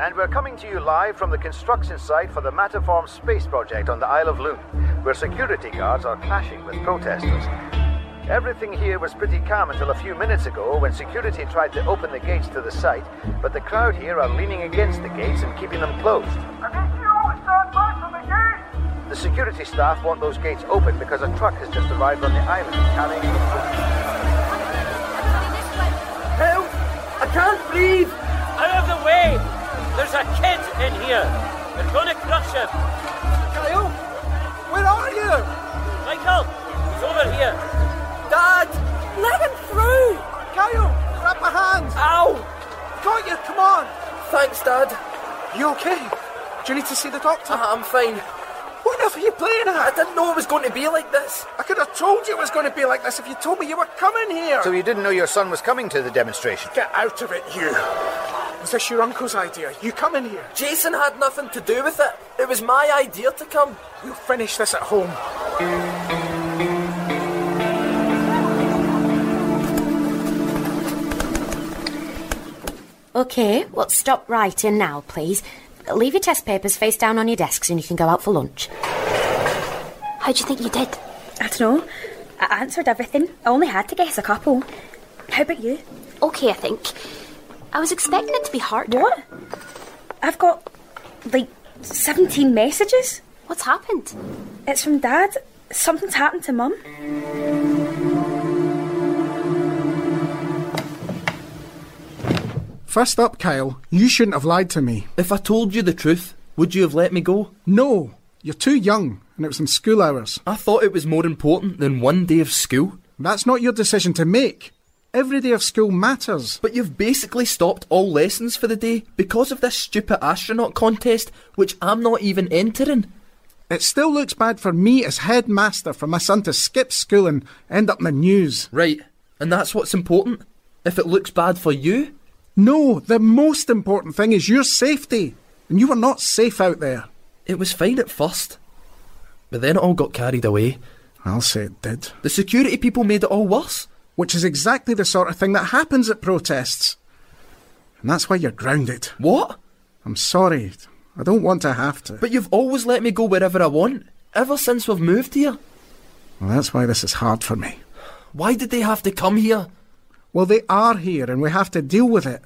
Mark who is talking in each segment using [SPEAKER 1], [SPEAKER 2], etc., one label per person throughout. [SPEAKER 1] And we're coming to you live from the construction site for the Matterform space project on the Isle of Loon, where security guards are clashing with protesters. Everything here was pretty calm until a few minutes ago when security tried to open the gates to the site, but the crowd here are leaning against the gates and keeping them closed.
[SPEAKER 2] I need you all to stand back from the gate!
[SPEAKER 1] The security staff want those gates open because a truck has just arrived on the island carrying.
[SPEAKER 3] Help! I can't breathe!
[SPEAKER 4] Out of the way! There's a kid in here! They're gonna crush him!
[SPEAKER 3] Kyle? Where are you?
[SPEAKER 4] Michael! He's over here!
[SPEAKER 3] Dad! Let him through! Kyle, grab my hand!
[SPEAKER 4] Ow!
[SPEAKER 3] Got you, come on!
[SPEAKER 5] Thanks, Dad.
[SPEAKER 3] You okay? Do you need to see the doctor?
[SPEAKER 5] I- I'm fine.
[SPEAKER 3] What enough are you playing
[SPEAKER 5] I
[SPEAKER 3] at?
[SPEAKER 5] didn't know it was going to be like this.
[SPEAKER 3] I could have told you it was going to be like this if you told me you were coming here!
[SPEAKER 1] So you didn't know your son was coming to the demonstration?
[SPEAKER 3] Get out of it, you! Was this your uncle's idea? You come in here.
[SPEAKER 5] Jason had nothing to do with it. It was my idea to come.
[SPEAKER 3] We'll finish this at home.
[SPEAKER 6] Okay, well, stop writing now, please. Leave your test papers face down on your desks and you can go out for lunch.
[SPEAKER 7] How do you think you did?
[SPEAKER 8] I don't know. I answered everything. I only had to guess a couple. How about you?
[SPEAKER 7] Okay, I think. I was expecting it to be harder.
[SPEAKER 8] What? I've got like 17 messages.
[SPEAKER 7] What's happened?
[SPEAKER 8] It's from Dad. Something's happened to Mum.
[SPEAKER 9] First up, Kyle, you shouldn't have lied to me.
[SPEAKER 5] If I told you the truth, would you have let me go?
[SPEAKER 9] No, you're too young, and it was in school hours.
[SPEAKER 5] I thought it was more important than one day of school.
[SPEAKER 9] That's not your decision to make. Every day of school matters.
[SPEAKER 5] But you've basically stopped all lessons for the day because of this stupid astronaut contest, which I'm not even entering.
[SPEAKER 9] It still looks bad for me as headmaster for my son to skip school and end up in the news.
[SPEAKER 5] Right, and that's what's important. If it looks bad for you,
[SPEAKER 9] No, the most important thing is your safety, and you are not safe out there.
[SPEAKER 5] it was fine at first. But then it all got carried away.
[SPEAKER 9] I'll say it did.
[SPEAKER 5] The security people made it all worse.
[SPEAKER 9] Which is exactly the sort of thing that happens at protests. And that's why you're grounded.
[SPEAKER 5] What?
[SPEAKER 9] I'm sorry. I don't want to have to.
[SPEAKER 5] But you've always let me go wherever I want, ever since we've moved here.
[SPEAKER 9] Well, that's why this is hard for me.
[SPEAKER 5] Why did they have to come here?
[SPEAKER 9] Well, they are here and we have to deal with it.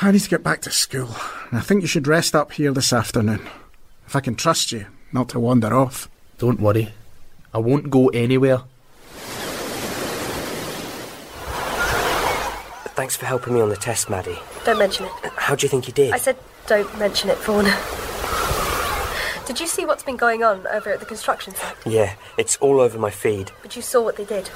[SPEAKER 9] I need to get back to school. And I think you should rest up here this afternoon. If I can trust you not to wander off.
[SPEAKER 5] Don't worry, I won't go anywhere.
[SPEAKER 10] Thanks for helping me on the test, Maddie. Uh,
[SPEAKER 8] Don't mention it.
[SPEAKER 10] How do you think you did?
[SPEAKER 8] said don't mention it, Fawn. Did you see what's been going on over at the construction site?
[SPEAKER 10] Yeah, it's all over my feed.
[SPEAKER 8] But you saw what they did.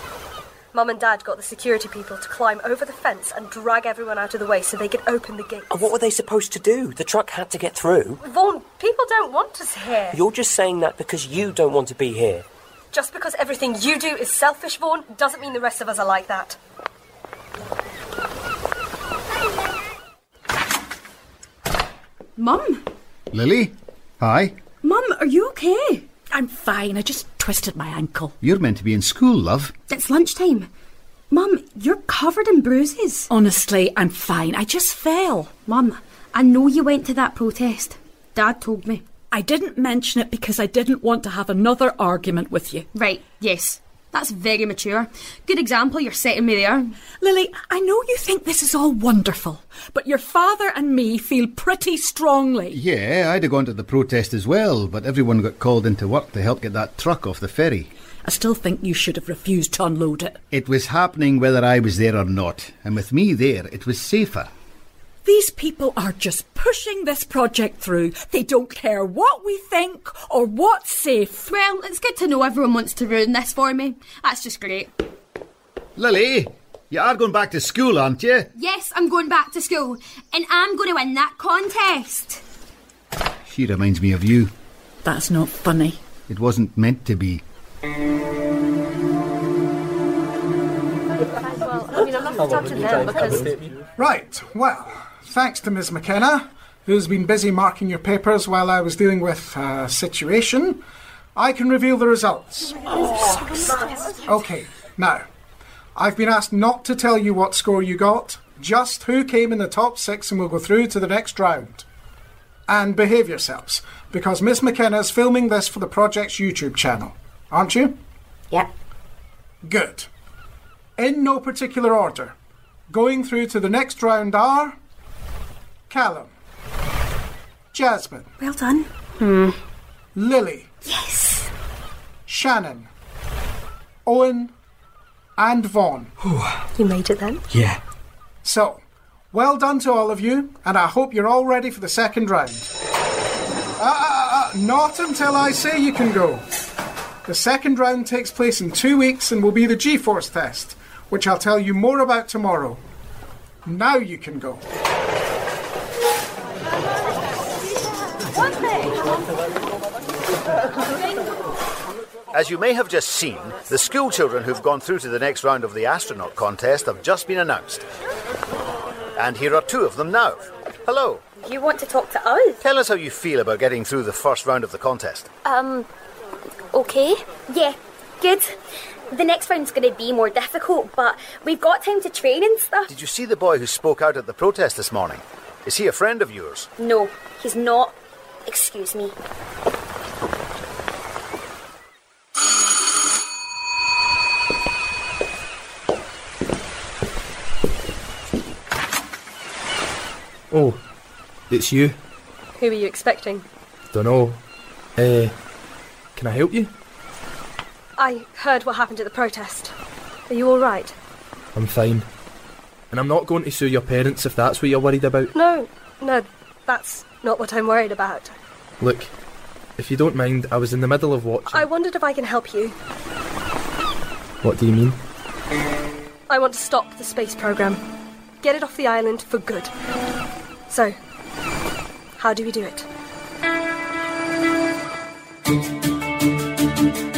[SPEAKER 8] Mum and Dad got the security people to climb over the fence and drag everyone out of the way so they could open the gate.
[SPEAKER 10] And what were they supposed to do? The truck had to get through.
[SPEAKER 8] Vaughn, people don't want us here.
[SPEAKER 10] You're just saying that because you don't want to be here.
[SPEAKER 8] Just because everything you do is selfish, Vaughn, doesn't mean the rest of us are like that.
[SPEAKER 11] Mum,
[SPEAKER 12] Lily? Hi.
[SPEAKER 11] Mum, are you okay?
[SPEAKER 13] I'm fine. I just twisted my ankle.
[SPEAKER 12] You're meant to be in school, love.
[SPEAKER 11] It's lunchtime. Mum, you're covered in bruises.
[SPEAKER 13] Honestly, I'm fine. I just fell.
[SPEAKER 11] Mum, I know you went to that protest. Dad told me.
[SPEAKER 13] I didn't mention it because I didn't want to have another argument with you.
[SPEAKER 11] Right, yes. That's very mature. Good example you're setting me there.
[SPEAKER 13] Lily, I know you think this is all wonderful, but your father and me feel pretty strongly.
[SPEAKER 12] Yeah, I'd have gone to the protest as well, but everyone got called into work to help get that truck off the ferry.
[SPEAKER 13] I still think you should have refused to unload it.
[SPEAKER 12] It was happening whether I was there or not, and with me there, it was safer.
[SPEAKER 13] These people are just pushing this project through. They don't care what we think or what's safe.
[SPEAKER 11] Well, it's good to know everyone wants to ruin this for me. That's just great.
[SPEAKER 12] Lily, you are going back to school, aren't you?
[SPEAKER 11] Yes, I'm going back to school, and I'm going to win that contest.
[SPEAKER 12] She reminds me of you.
[SPEAKER 13] That's not funny.
[SPEAKER 12] It wasn't meant to be.
[SPEAKER 7] Well, I mean, I'm not talking to them because
[SPEAKER 9] Right, well, Thanks to Ms. McKenna, who's been busy marking your papers while I was dealing with a situation, I can reveal the results. Okay, now, I've been asked not to tell you what score you got, just who came in the top six and will go through to the next round. And behave yourselves, because Miss McKenna's filming this for the project's YouTube channel, aren't you?
[SPEAKER 6] Yep.
[SPEAKER 9] Good. In no particular order. Going through to the next round are Callum, Jasmine.
[SPEAKER 7] Well done.
[SPEAKER 6] Hmm.
[SPEAKER 9] Lily.
[SPEAKER 7] Yes.
[SPEAKER 9] Shannon. Owen. And Vaughn.
[SPEAKER 8] You made it then?
[SPEAKER 10] Yeah.
[SPEAKER 9] So, well done to all of you, and I hope you're all ready for the second round. Uh, uh, uh, not until I say you can go. The second round takes place in two weeks and will be the G Force test, which I'll tell you more about tomorrow. Now you can go.
[SPEAKER 1] As you may have just seen, the school children who've gone through to the next round of the astronaut contest have just been announced. And here are two of them now. Hello.
[SPEAKER 8] You want to talk to us?
[SPEAKER 1] Tell us how you feel about getting through the first round of the contest.
[SPEAKER 7] Um, okay.
[SPEAKER 14] Yeah, good. The next round's going to be more difficult, but we've got time to train and stuff.
[SPEAKER 1] Did you see the boy who spoke out at the protest this morning? Is he a friend of yours?
[SPEAKER 14] No, he's not. Excuse me.
[SPEAKER 5] Oh, it's you.
[SPEAKER 8] Who were you expecting?
[SPEAKER 5] Dunno. Uh, can I help you?
[SPEAKER 8] I heard what happened at the protest. Are you all right?
[SPEAKER 5] I'm fine. And I'm not going to sue your parents if that's what you're worried about.
[SPEAKER 8] No, no, that's not what I'm worried about.
[SPEAKER 5] Look, if you don't mind, I was in the middle of watching.
[SPEAKER 8] I wondered if I can help you.
[SPEAKER 5] What do you mean?
[SPEAKER 8] I want to stop the space program. Get it off the island for good. So, how do we do it?
[SPEAKER 2] Thank you.